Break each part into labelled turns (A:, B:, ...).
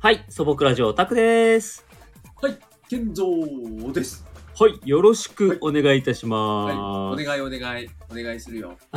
A: はい、素朴ラジオオタクです。
B: はい、健三です。
A: はい、よろしくお願いいたします。
B: はい、お願いお願い、お願いするよ。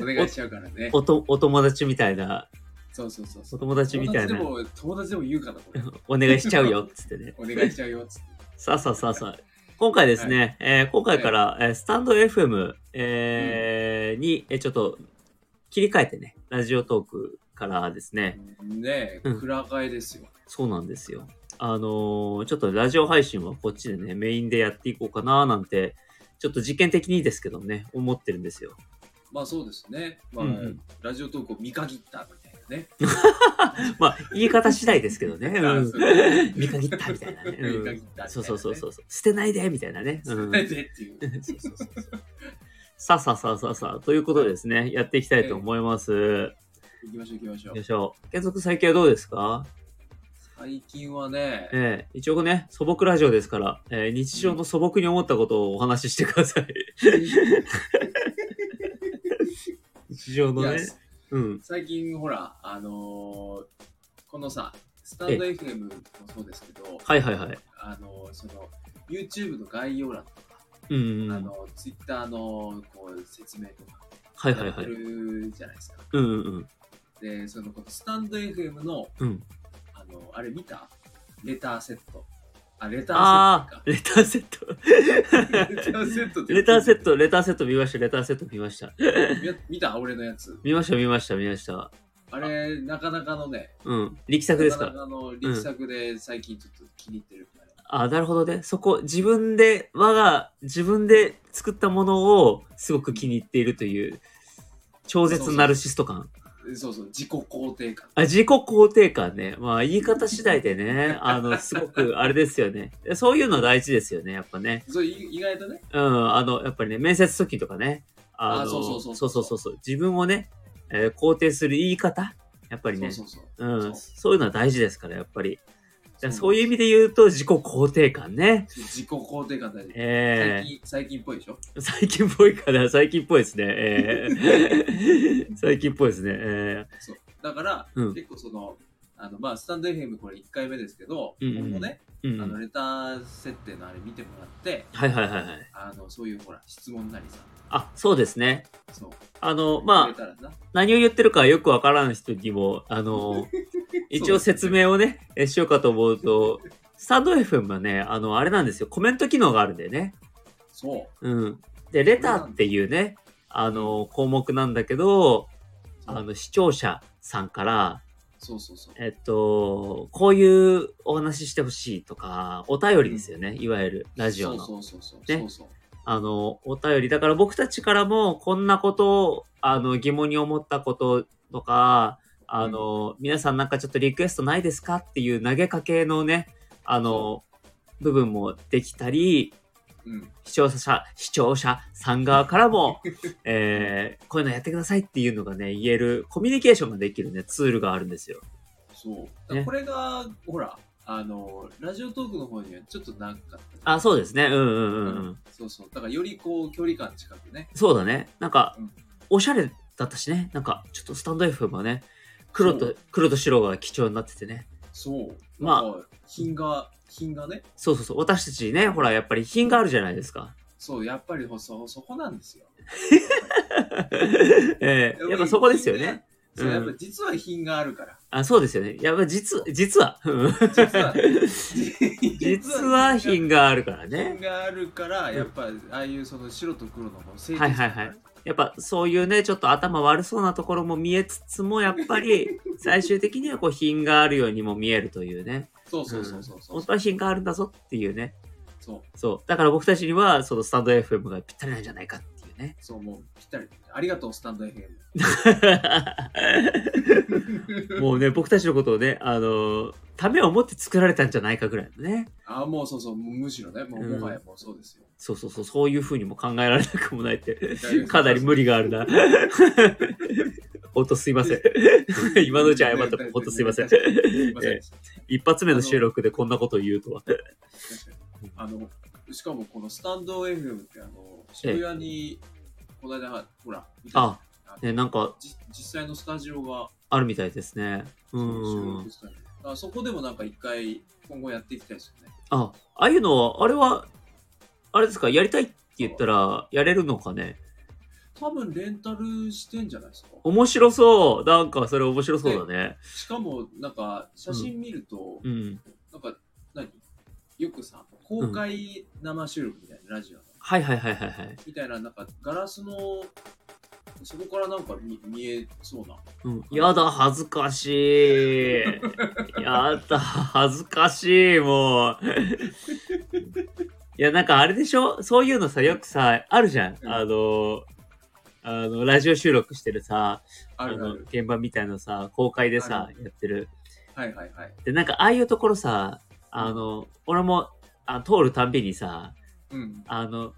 B: お願いしちゃうからね。
A: おとお友達みたいな、
B: そうそうそうそ
A: お
B: う。
A: 友達みたいな、
B: 友達でも、友達でも言うか な、これ。
A: お願いしちゃうよっつって ね。
B: お願いしちゃうよ、つって。
A: さあさあさあさあ。今回ですね、えー今回から、えースタンド FM、えーに、えーちょっと切り替えてね、ラジオトークからですね、
B: ねえ、
A: うん
B: 暗がいですよ。
A: そうなんですよ。あのーちょっとラジオ配信はこっちでね、メインでやっていこうかななんて、ちょっと実験的にですけどね、思ってるんですよ。
B: まあそうですね。まあ、
A: うんうん
B: ラジオ投稿見限ったみたいなね。
A: まあ、言い方次第ですけどね。う
B: あ
A: ん
B: そうだね
A: 見限ったみたいなね。
B: 見
A: う
B: 限
A: ん
B: ったみたいなね
A: そうそうそうそう。捨てないでみたいなね。うん
B: なん でっていう。そうそうそうそう。
A: さあさあさあさあさあ。ということでですね、やっていきたいと思います。
B: 行きましょう、行きましょ。
A: よいうしょ。継続最近はどうですか
B: 最近はね、
A: ええ一応ね、素朴ラジオですから、えー日常の素朴に思ったことをお話ししてください。日常の
B: い
A: ね
B: や。
A: うん。
B: 最近ほら、あのーこのさ、スタンド FM もそうですけど、
A: はいはいはい。
B: あのその YouTube の概要欄とか、
A: うん。
B: あ
A: は
B: の Twitter のこう説明とか
A: いはい
B: やっ
A: は
B: て
A: い。
B: るじゃないですか。
A: うんうんうん。
B: で、そのこのスタンド FM の
A: うん、
B: あのあれ見たレターセット。あ、レター
A: あ
B: セ
A: あ、レターセット。
B: ットか。レターセ ットって
A: レターセット、レターセット見ました、レターセット見ました。
B: み見た俺のやつ。
A: 見ました、見ました、見ました。
B: あれ、なかなかのね、
A: うん。力作で
B: な
A: す
B: か
A: か
B: なかの力作で最近ちょっと気に入ってるから。
A: あ、なるほどね。そこ、自分で、我が、自分で作ったものをすごく気に入っているという、超絶ナルシスト感。
B: そうそう、自己肯定感。
A: あ自己肯定感ね。まあ、言い方次第でね、 あの、すごく、あれですよね。そういうの大事ですよね、やっぱね。
B: そうい意外とね、
A: うん、あの、やっぱりね、面接時とかね。あの
B: あそうそうそ
A: そ
B: うそうう
A: そうそうそう自分をね、えー肯定する言い方やっぱりね。
B: そうそうそう。
A: う
B: そ
A: ん、
B: う
A: そういうのは大事ですから、やっぱり。じゃあ
B: そう
A: そういう意味で言うと、自己肯定感ね。
B: そう自己肯定感大事。
A: え
B: 最近、最近っぽいでしょ
A: ー、最近っぽいかな、最近っぽいですね。え ー、最近っぽいですね。え
B: そうだから、
A: うん
B: 結構そのあの、まあ、スタンド FM これ1回目ですけど、
A: うんうん
B: 今後ね、
A: ー、う
B: あの
A: ん。
B: レター設定のあれ見てもらって
A: はいはいはいはい。
B: あのそういうほら質問なりさ
A: あ、そうですね。
B: そう
A: あの、ま
B: く
A: あ、
B: れたらな
A: 何を言ってるかよくわからん人にも、あ の、一応説明をね、えしようかと思うと、スタンド FM はね、あの、あれなんですよ、コメント機能があるんだよね。
B: そう
A: うん。で、レターっていうね、あの、項目なんだけど、
B: そう
A: あの、視聴者さんから、
B: そうそうそう
A: えっと、こういうお話ししてほしいとか、お便りですよね、いわゆるラジオの。
B: そうそうそうそう、
A: ね
B: そうそう
A: あの、お便り。だから僕たちからも、こんなことを、あの、疑問に思ったこととか、あの、皆さんなんかちょっとリクエストないですかっていう投げかけのね、あの、部分もできたり、
B: うん
A: 視聴者、視聴者さん側から も、えーこういうのやってくださいっていうのがね、言える、コミュニケーションができるね、ツールがあるんですよ。
B: そうだから
A: ね
B: これがほらあのラジオトークの方にはちょっとなかった
A: あ、そうですね。うんうんうんうん。
B: そうそうだからよりこう距離感近くね
A: そうだね。なんか
B: うん、
A: おしゃれだったしね、なんか、ちょっとスタンド F もね、黒
B: そ
A: と
B: う、
A: 黒と白が貴重になっててね。
B: そう
A: まあ
B: なんか品が品がね
A: そうそうそう。私たちね、ほら、やっぱり品があるじゃないですか。
B: そうやっぱりそそこなんですよ
A: えーやっぱそこですよね。。
B: そう
A: うん
B: やっぱ実は品がある から。
A: あ、そうですよね。やっぱ実は、実は、うん
B: 実は
A: 実は品があるからね
B: 品。があるから、やっぱああいうその白と黒のこう清潔
A: はいはいはいやっぱそういうね、ちょっと頭悪そうなところも見えつつも、やっぱ り最終的にはこう品があるようにも見えるというね。
B: そうそうそうそうそう。
A: 本当は品があるんだぞっていうね。
B: そう
A: そう。だから僕たちには、そのスタンド FM がぴったりなんじゃないかっていう ね。
B: そうもうぴったり。ありがとうスタンド FM。
A: もうね、僕たちのことをね、あの、ためを持って作られたんじゃないかぐらいのね。
B: ああもうそうそうむしろねもう
A: うん
B: もはやもうそう ですよ。
A: そうそうそう、そういうふうにも考えられなくもないって。
B: 大丈夫です
A: かなり無理があるな。ほんとすいま せん。今のうち謝ったほんとすいません。
B: すいませんでした
A: 一発目の収録でこんなことを言うとは。
B: 確かにあのしかもこのスタンド FM ってあの渋谷にこの間ほら見た
A: あ、ね、なんか、
B: じ実際のスタジオが
A: あるみたいですね。う
B: 収録
A: ん。
B: スタイルだからそこでもなんか一回、今後やっていきたいですよね。
A: あ、ああいうのは、あれは、あれですか、やりたいって言ったら、やれるのかね。
B: 多分レンタルしてんじゃないですか。
A: 面白そう。なんか、それ面白そうだね。
B: しかも、なんか、写真見ると、
A: うん。
B: なんか、何よくさ、公開生収録みたいな、ラジオの。
A: はいはいはいはいはい。
B: みたいな、なんか、ガラスの、そこからなんか見見えそうな。
A: うん、やだ、恥ずかしい。 やだ、恥ずかしい、もう。いや、なんかあれでしょそういうのさ、よくさ、あるじゃん。あの、あの、ラジオ収録してるさ、
B: あるあ
A: の
B: る。
A: 現場みたいのさ、公開でさ
B: あ、る
A: やってる。
B: はいはいはい。
A: で、なんかああいうところさ、あの、俺もあ通るたんびにさ、
B: うん。
A: あの、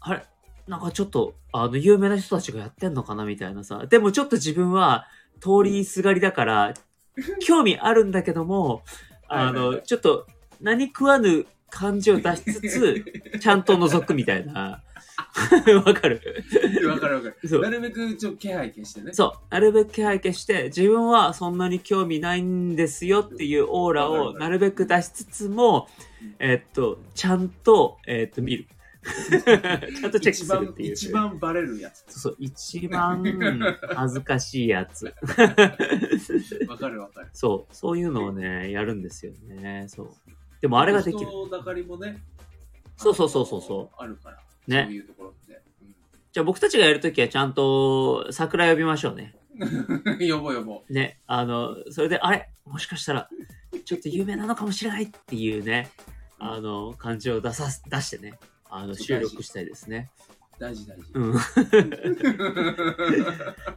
A: あれなんかちょっと、あの、有名な人たちがやってんのかなみたいなさ。でもちょっと自分は通りすがりだから、興味あるんだけども、あ
B: はいはい
A: の、
B: はい
A: ちょっと何食わぬ感じを出しつつ、ちゃんと覗くみたい な。わかる
B: わかるわかる。
A: そう
B: な。るべくちょっと気配消してね。
A: そう、なるべく気配消して、自分はそんなに興味ないんですよっていうオーラ
B: わかるわ
A: を
B: かる
A: なるべく出しつつも
B: うん、
A: えっと、ちゃんと、えっと、 見る。ちゃんとチェックするっていう。
B: 一番一番バレるやつ。
A: そうそう、一番恥ずかしいやつ。
B: わかるわかる。
A: そう、そういうのをね、やるんですよね。そう。でもあれができる。
B: 人だかりもね。。
A: そうそうそうそうそう
B: あるから。そう
A: ね。
B: いうところって。
A: じゃあ僕たちがやるときはちゃんと桜呼びましょうね。
B: うん、 呼ぼう呼ぼう。
A: ね、あの、それで、あれもしかしたら、ちょっと有名なのかもしれないっていうね、あの、感じを出さす、出してね、あの、
B: そう
A: 収録したいですね。
B: 大事大事。
A: うん。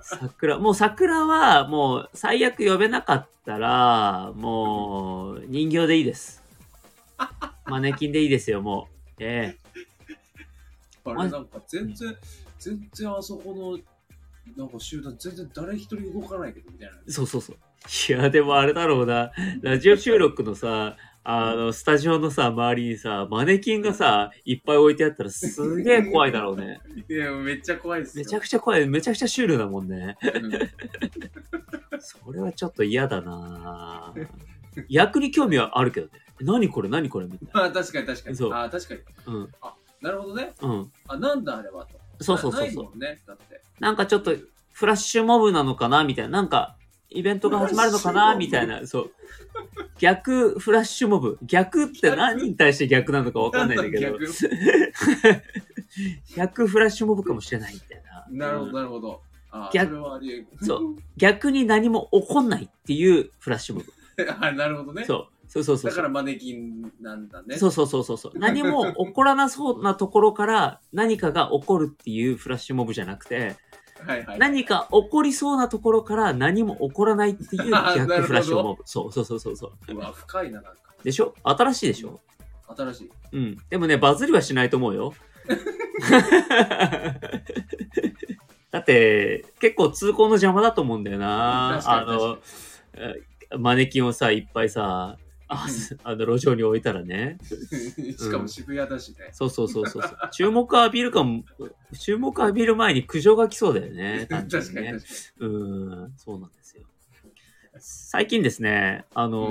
A: 桜、もう桜は、もう、最悪呼べなかったら、もう、人形でいいです。マネキンでいいですよ、もう。え
B: あれなんか全然、全然あそこの、なんか集団全然誰一人動かないけどみたいな。
A: えそうそうそう。いや、でもあれだろうな、ラジオ収録のさ、あの、スタジオのさ、周りにさ、マネキンがさ、いっぱい置いてあったらすげえ 怖いだろうね。
B: いや、めっちゃ怖いですよ。
A: めちゃくちゃ怖い、めちゃくちゃシュールだもんね。
B: うん
A: それはちょっと嫌だなぁ役に興味はあるけどね。何これ何これみたいな。
B: まあ確かに確かに。
A: そう
B: あ確かに。
A: うん。
B: なるほどね。
A: うん。
B: あ、なんだあれはと。
A: そうそう
B: な
A: そう
B: ない
A: そ
B: も
A: う。
B: んね。だって。
A: なんかちょっとフラッシュモブなのかなみたいな。なんかイベントが始まるのかな
B: フラッシ
A: み
B: ュ
A: た
B: モ
A: い
B: ブ
A: な。そう。逆フラッシュモブ。逆って何に対して逆なのかわかんないんだけど
B: な。んだ
A: 逆フラッシュモブかもしれないみたいな。
B: なるほ
A: う
B: ど、
A: ん
B: なるほど。あ
A: 逆
B: それはあり得る。
A: そう。逆に何も起こんないっていうフラッシュモブ。
B: あなるほどね。
A: そう。そうそうそう
B: だ
A: そう
B: か。らマネキンなんだね。
A: そうそうそうそうそう。何も起こらなそうなところから何かが起こるっていうフラッシュモブじゃなくて、
B: はいはい。
A: 何か起こりそうなところから何も起こらないっていう
B: あーな
A: 逆
B: るほど
A: フラッシュモブ。そうそうそうそうそう。
B: うわ、深いな、なんか。
A: でしょ新しいでしょ
B: 新しい。
A: うん。でもね、バズりはしないと思う よ。だって、結構通行の邪魔だと思うんだよな。あ
B: 確かに
A: の、マネキンをさ、いっぱいさ、ああの路上に置いたらね。
B: しかも渋谷だしね。
A: そうそうそうそうそう。注目浴びるかも、注目浴びる前に苦情が来そうだよね。単
B: 確
A: 純
B: か
A: に
B: に
A: ね。
B: 確か
A: うん、そうなんですよ。最近ですね、あの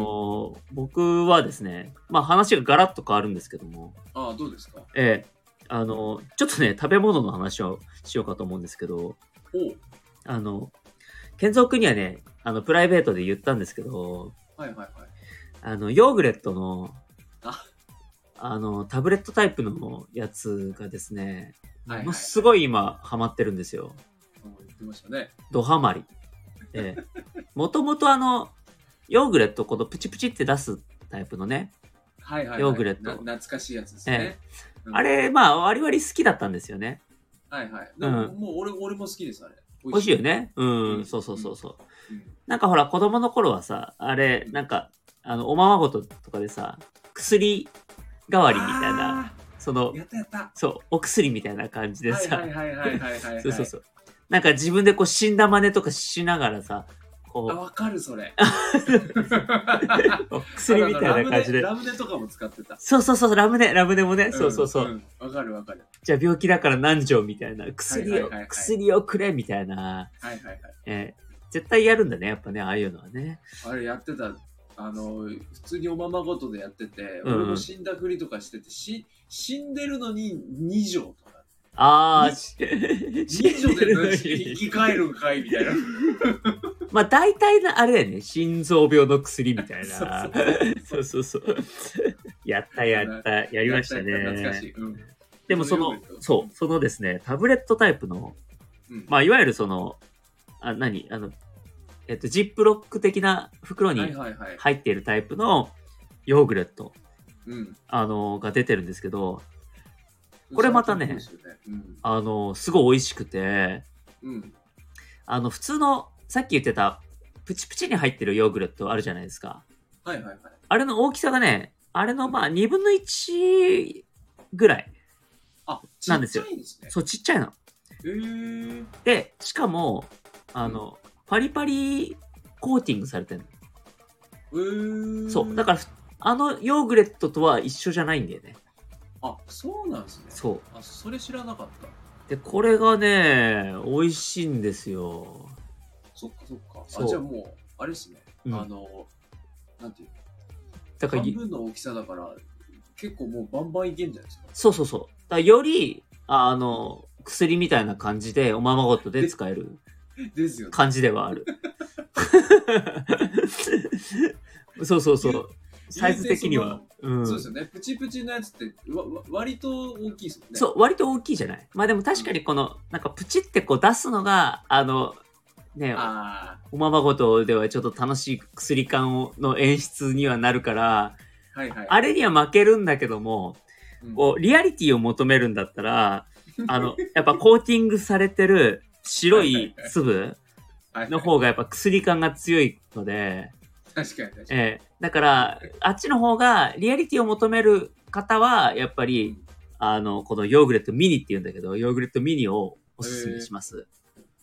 A: ー僕はですね、まあ話がガラッと変わるんですけども、
B: に。ああ、どうですか
A: ええあのーちょっとね、食べ物の話をしようかと思うんですけど、
B: おう
A: あの、健三君にはね、あの、プライベートで言ったんですけど、
B: はいはいはい。
A: あの、ヨーグレットの、
B: あ
A: あの、タブレットタイプのやつがですね、
B: はいは
A: も
B: い
A: のすごい今、ハマってるんですよ。
B: うん言ってましたね。
A: ドハマり。え え。もともとあの、ヨーグレット、このプチプチって出すタイプのね、
B: はいはいはい。
A: ヨーグレット
B: な懐かしいやつですね。うん
A: あれ、まあ、割々好きだったんですよね。
B: はいはい。でも、
A: うん
B: もう俺俺も好きです、あれ。美
A: 美味しいよ。ね。う、
B: うんん
A: そうそうそうそう。
B: うん
A: なんかほら、子供の頃はさ、あれ、なんか、あの、おままごととかでさ、薬代わりみたいな、。そ
B: あ
A: の
B: ー、やったやった。
A: そう、お薬みたいな感じでさ、
B: はいはいはいはいはいは い。
A: そうそうそう。なんか自分でこう死んだ真似とかしながらさ、
B: あ、
A: こ
B: わかる、それ。
A: う、薬みたいな感じで。
B: ラムネラムネとかも使ってた。
A: そうそうそう、ラムネ、ラムネもね、そうそうそう。
B: ん。んわかるわかる。
A: じゃあ病気だから何錠みたいな、薬を、
B: はいはいはいはい
A: 薬をくれみたいな、
B: はいはいはい。
A: え絶対やるんだね、やっぱね、ああいうのはね。
B: あれやってた、あの、普通におままごとでやってて、
A: うんうん
B: 俺も死んだふりとかしてて、し死んでるのに2錠と か。
A: ああ、
B: 2錠で
A: の
B: 生き返るんかいみ たいな。
A: まあ大体な、あれだよね、心臓病の薬みたいな。
B: そ
A: そうそうそう。やったやった、やりましたね。
B: 懐かしい。うん。
A: でもその
B: そういうこと、
A: そう、そのですね、タブレットタイプの、
B: うん
A: まあ、いわゆるその、あ、何あの、えっと、ジップロック的な袋
B: はい
A: に
B: はいはい。
A: 入っているタイプのヨーグレット、
B: うん。
A: あの、が出てるんですけど、これまたね
B: うん。
A: あの、すごい美味しくて、
B: うん。
A: あの、普通の、さっき言ってた、プチプチに入ってるヨーグレットあるじゃないですか。
B: はいはいはい。
A: あれの大きさがね、あれのまあ、2分の1ぐらい。
B: あ、
A: なんですよ
B: ちっちゃいんですね。
A: そう、ちっちゃいの。
B: へー
A: で、しかも、あの、パリパリコーティングされてるの。
B: へー
A: そう。だから、あのヨーグレットとは一緒じゃないんだよね。
B: あ、そうなんですね。
A: そう。
B: あ、それ知らなかった。
A: で、これがね、美味しいんですよ。
B: そっかそっか。
A: そ
B: あ、
A: う
B: じゃあもう、あれですね。
A: うん
B: あの、なんていう
A: だから
B: 半
A: い、
B: 分の大きさだから、結構もうバンバンいけんじゃないですか。
A: そうそうそう。だからより、あの、薬みたいな感じで、おままごとで使える
B: ですよね。
A: 感じではある。 そうそうそう。サイズ的には。う
B: そうで
A: ん
B: す。よね。プチプチのやつって、わわ割と大きいですもんね。
A: そう、割と大きいじゃないまあでも確かにこの、なんかプチってこう出すのが、あの、ね、
B: あ
A: おままごとではちょっと楽しい薬感をの演出にはなるから、
B: あ、はいはい。
A: あれには負けるんだけども、
B: うん
A: こう、リアリティを求めるんだったら、あの、やっぱコーティングされてる白い粒
B: はい
A: の方がやっぱ薬感が強いので、
B: 確かに確かに。
A: ええだから、あっちの方がリアリティを求める方は、やっぱり、あの、このヨーグレットミニって言うんだけど、ヨーグレットミニをおすすめします。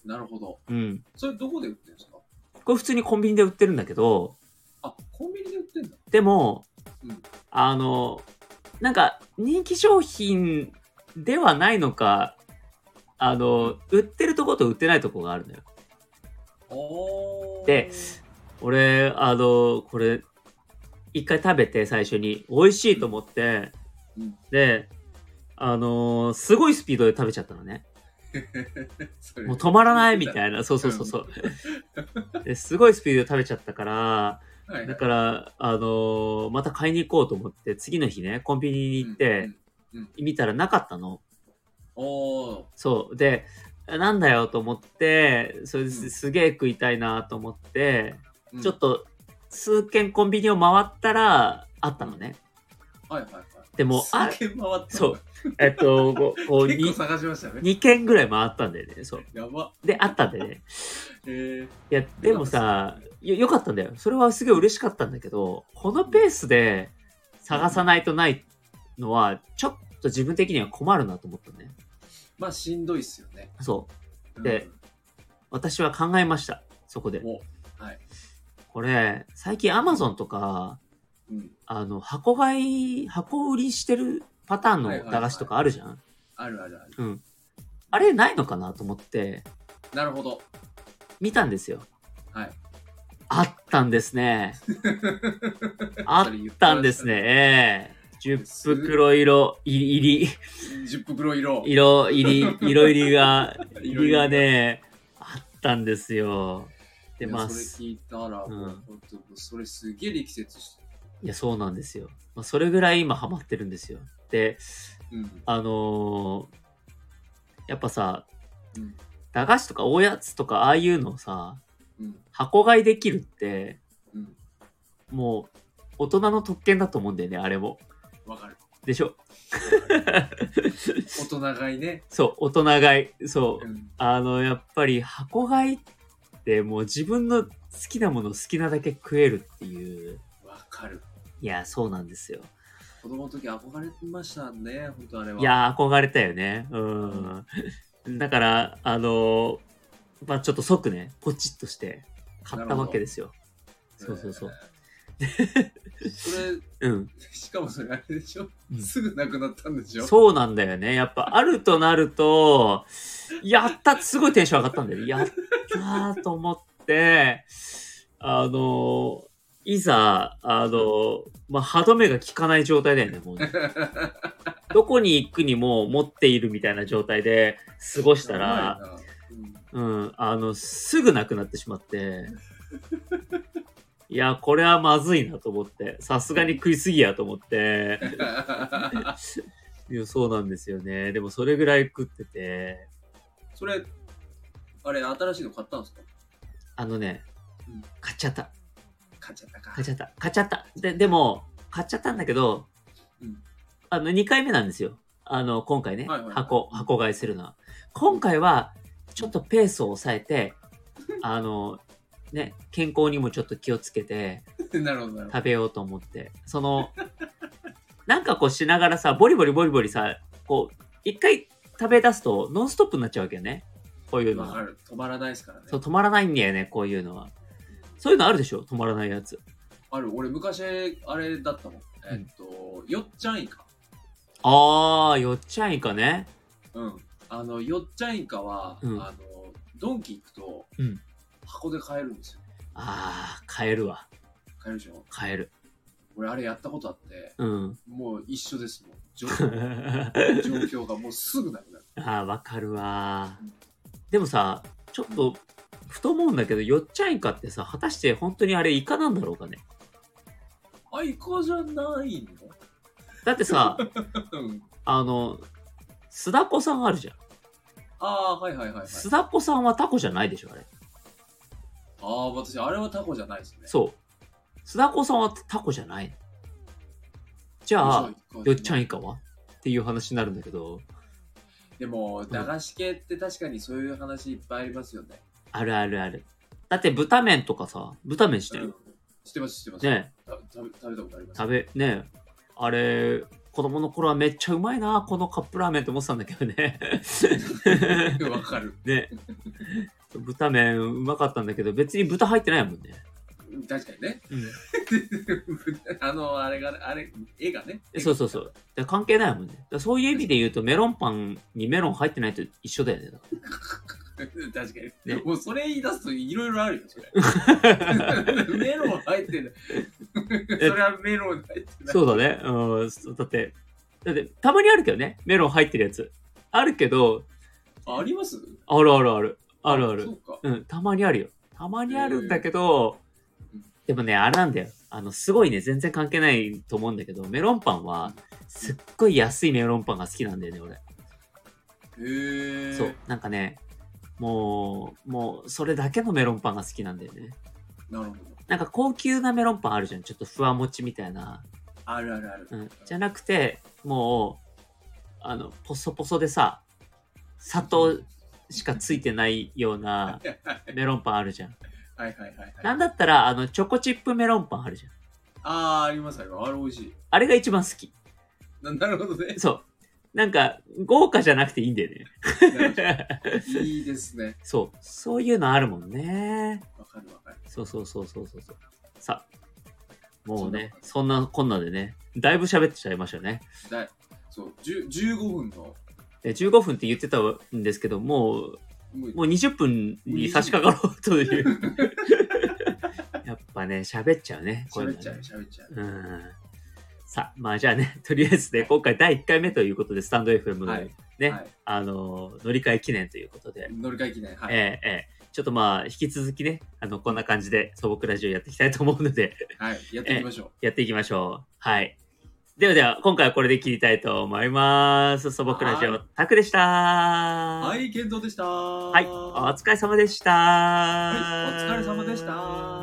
B: なるほど。
A: うん。
B: それどこで売ってるんですか
A: これ普通にコンビニで売ってるんだけど、
B: あ、コンビニで売ってんだ。
A: でも、
B: うん
A: あの、なんか人気商品ではないのか、あの、売ってるとこと売ってないとこがあるのよ。
B: おー。
A: で俺、あの、これ、一回食べて最初に、美味しいと思って、
B: うん
A: で、あのすごいスピードで食べちゃったのね。
B: それ
A: もう止まらないみたいな、そうそうそうそう。ですごいスピードで食べちゃったから、
B: はい
A: だから、あのーまた買いに行こうと思って、次の日ね、コンビニに行って、見たらなかったの。
B: うんうんおー
A: そう。で、なんだよと思って、それです
B: うん
A: すげえ食いたいなと思って、
B: うん
A: ちょっと数軒コンビニを回ったら、あったのね。
B: はいはいはい
A: でも、あ
B: す、げえ回った
A: そうえっと、こう、こう
B: 結構
A: 2,
B: 探しましたね
A: 2軒ぐらい回ったんだよね。そう。
B: やば
A: で、あったんだよね。
B: へー
A: いや、でもさ、よ、よかったんだよ。それはすげえ嬉しかったんだけど、このペースで探さないとないのは、ちょっと自分的には困るなと思ったね。
B: まあしんどいっすよね
A: そう。
B: うん
A: で私は考えました。そこで。
B: おはい
A: これ、最近 Amazon とか、
B: うん
A: あの、箱買い、箱売りしてるパターン
B: はいはい
A: の
B: はい
A: 駄菓子とかあるじゃん、
B: あるあるある
A: うん。あれないのかなと思って、
B: なるほど
A: 見たんですよ。
B: はい
A: あったんです ね。あったんですね。ええ10袋色入り、
B: ジップ黒色
A: 色入り、色入り が、入りが
B: い
A: ね、あったんですよ。で、
B: や
A: まあ、
B: そ
A: い
B: れ聞いたら
A: うん
B: もう本当それすげえ力説して
A: や、そうなんですよ。まあ、それぐらい今ハマってるんですよ。で、
B: うん
A: あのーやっぱさ、
B: うん
A: 駄菓子とかおやつとかああいうのをさ、
B: うん
A: 箱買いできるって、
B: うん
A: もう、大人の特権だと思うんだよね、あれも。
B: わかる
A: でしょ
B: 大人買いね
A: そう、大人買い。そうう。
B: ん
A: あの、やっぱり箱買いってもう自分の好きなもの好きなだけ食えるっていう。
B: わかる
A: いや、そうなんですよ。
B: 子供の時憧れてましたね本当あれはい
A: や、憧れたよね。うん。だから、あの、まあちょっと即ね、ポチッとして買ったわけですよ。そうそうそう。
B: えーそれ
A: うん。
B: しかもそれあれでしょ、
A: うん
B: すぐなくなったんでしょ
A: そうなんだよね。やっぱ、ある となると、やったすごいテンション上がったんだよね。やったーと思っって、あの、いざ、あの、まあ、歯止めが効かない状態だよね、もう ねどこに行くにも持っているみたいな状態で過ごしたら、
B: やばいな、
A: うん、あの、すぐなくなってしま って、いや、これはまずいなと思って、さすがに食いすぎやと思って、
B: うん、
A: いやそうなんですよね。でもそれぐらい食ってて、
B: それ、あれ、新しいの買ったんですか
A: あのね
B: うん、
A: 買っちゃった、
B: 買っちゃったか。
A: 買っちゃった、買っちゃった。で、でも、買っちゃったんだけど
B: うん、
A: あの、2回目なんですよ。あの、今回ね、
B: はいはいはい
A: 箱、箱買いするのは。今回は、ちょっとペースを抑え て、あの、ね、健康にもちょっと気をつけて、
B: なるほど、なるほ
A: 食べようと思ってそ のなんかこうしながらさボリボリボリボリさこう一回食べ出すとノンストップになっちゃうわけよねこういう
B: ど。
A: の
B: わか
A: は
B: る。止まらないですからね
A: そう。止まらないんだよねこういうのはそういうのあるでしょ止まらないやつ
B: ある、俺、昔、あれだったもん。えっと、よっちゃんイカ。
A: あーよっちゃんいかね
B: うん。あの、よっちゃんイカは、
A: うん
B: あの、ドンキ行くと、
A: うん
B: 箱で買えるんですよ。
A: あー買えるわ
B: 買えるでしょ
A: 買える
B: 俺、あれやったことあって、
A: うん
B: もう一緒ですもん。状
A: あ
B: 状況がもうすぐなくなる。
A: ーわかるわでもさちょっとふと思うんだけどよっちゃんいかってさ果たして本当にあれイカなんだろうかね
B: あ、イカじゃない
A: だって さ
B: のうん。
A: あの須田子さんあるじゃん
B: ああー、はいはいはい、はい。
A: 須田子さんはタコじゃないでしょあれ
B: ああ、私、あれはタコじゃないですね。
A: そう須田子さんはタコじゃないじゃあよっちゃん
B: ん。
A: 以下はっていう話になるんだけど
B: でも、駄菓子系って確かにそういう話いっぱいありますよね。
A: あるあるあるだって豚麺とかさ豚麺して
B: うん
A: る、
B: 知ってます、知ってます。
A: ね
B: た食べ食べたことあります。
A: 食べねあれ子供の頃はめっちゃうまいなこのカップラーメンって思ってたんだけどね
B: わかる。
A: ね豚麺うまかったんだけど別に豚入ってないもんね、
B: 確かにね。
A: うん
B: あの、あれが、あれ、絵がね。
A: えそうそうそう。だから関係ないもんねだからそういう意味で言うとメロンパンにメロン入ってないと一緒だよねだか
B: 確かに。
A: ね
B: もうそれ言い出すといろいろあるよ、そ れ。メロン入ってない。それはメロン入ってない。
A: そうだね。うん。そうだって、だって、たまにあるけどね。メロン入ってるやつ。あるけど、
B: ああります
A: あるあるある。あるあ
B: そ
A: る。
B: うか。
A: うん。たまにあるよ。たまにあるんだけど
B: えー、
A: でもね、あれなんだよ。あの、すごいね、全然関係ないと思うんだけど、メロンパンは、すっごい安いメロンパンが好きなんだよね、俺。
B: へえ。
A: そう。。なんかね、もう、もう、それだけのメロンパンが好きなんだよね。
B: なるほど。
A: なんか高級なメロンパンあるじゃん。ちょっとふわもちみたいな。
B: あるあるある。
A: うん、じゃなくてもうあのポソポソでさ砂糖しかついてないようなメロンパンあるじゃん。
B: はいはいはい、はい。
A: なんだったらあのチョコチップメロンパンあるじゃん。
B: ああ、ありますあります。あれ美味しい。
A: あれが一番好き。
B: な なるほど ね。
A: そう。なんか豪華じゃなくていいんだよね。
B: いいですね。
A: そう。そういうのあるもんね。
B: わかるわかる。
A: そうそうそうそうそうそう。さあ、もうね、そんなこんなでね、だいぶ喋っちゃいましたね。
B: だいそう、じゅ15分の。
A: で15分って言ってたんですけど、もう
B: もう
A: もう20分に差し掛かろうという。 やっぱね、喋っちゃうね。こい
B: 喋
A: の
B: っちゃう、
A: ね
B: 喋っちゃう。
A: うん。さあ、まあじゃあね、とりあえずね、今回第1回目ということで、スタンド FM の、
B: はい
A: ね、
B: はい
A: あのー、乗り換え記念ということで、
B: 乗り換え記念。はい。
A: ええええちょっとまあ、引き続きね、あの、こんな感じで素朴ラジオやっていきたいと思うので、
B: はい。やっていきましょ
A: やっていきましょう。はい。ではでは、今回はこれで切りたいと思います。素朴ラジオ、タクでした。
B: う。
A: は
B: はい、健三でした。
A: は、
B: はい
A: お疲れ様でした。
B: はいお疲れ様でした。